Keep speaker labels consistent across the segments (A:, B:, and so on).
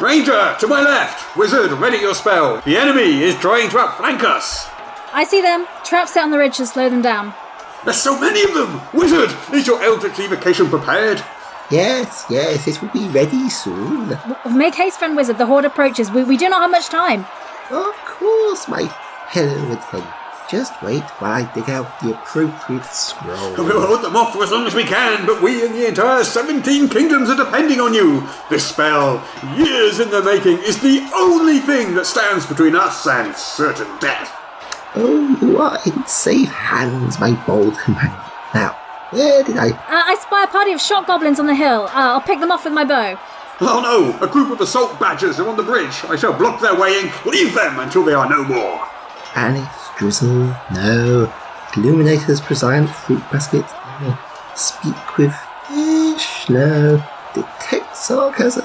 A: Ranger, to my left! Wizard, ready your spell! The enemy is trying to outflank us!
B: I see them. Traps set on the ridge to slow them down.
A: There's so many of them! Wizard, is your eldritch evocation prepared?
C: Yes, yes, it will be ready soon.
B: Make haste, friend wizard. The horde approaches. We, we do not have much time.
C: Of course, my hello adventure. Just wait while I dig out the appropriate
A: We'll
C: scroll.
A: hold them off for as long as we can, but we and the entire 17 kingdoms are depending on you! This spell, years in the making, is the only thing that stands between us and certain death!
C: Oh, you are in safe hands, my bold companion. Now, where did I?
B: Uh, I spy a party of shot goblins on the hill. Uh, I'll pick them off with my bow.
A: Oh no! A group of assault badgers are on the bridge! I shall block their way in, leave them until they are no more!
C: Panic, drizzle, no. Illuminator's present fruit basket, no. Speak with fish, no. Detect sarcasm,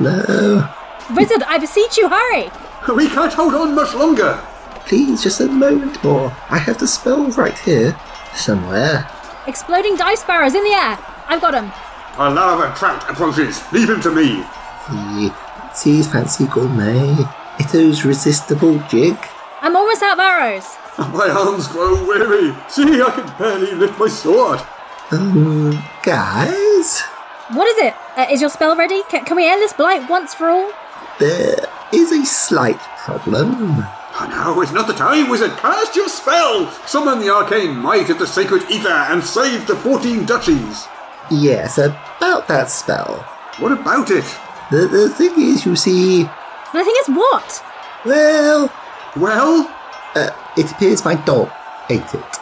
C: no.
B: Wizard, I beseech you, hurry!
A: We can't hold on much longer!
C: Please, just a moment more. I have the spell right here, somewhere.
B: Exploding dice sparrows in the air. I've got them.
A: A lava trout approaches! Leave him to me!
C: The seas fancy gourmet, Ito's resistible jig.
B: I'm almost out of arrows.
A: My arms grow weary! See, I can barely lift my sword!
C: Um, guys,
B: What is it? Uh, is your spell ready? C- can we end this blight once for all?
C: there is a slight problem.
A: Oh, now is not the time, wizard! Cast your spell! Summon the arcane might of the sacred ether and save the 14 duchies!
C: Yes, about that spell.
A: What about it?
C: The, the thing is, you see,
B: The thing is, what?
C: well,
A: Well,
C: uh, it appears my dog ate it.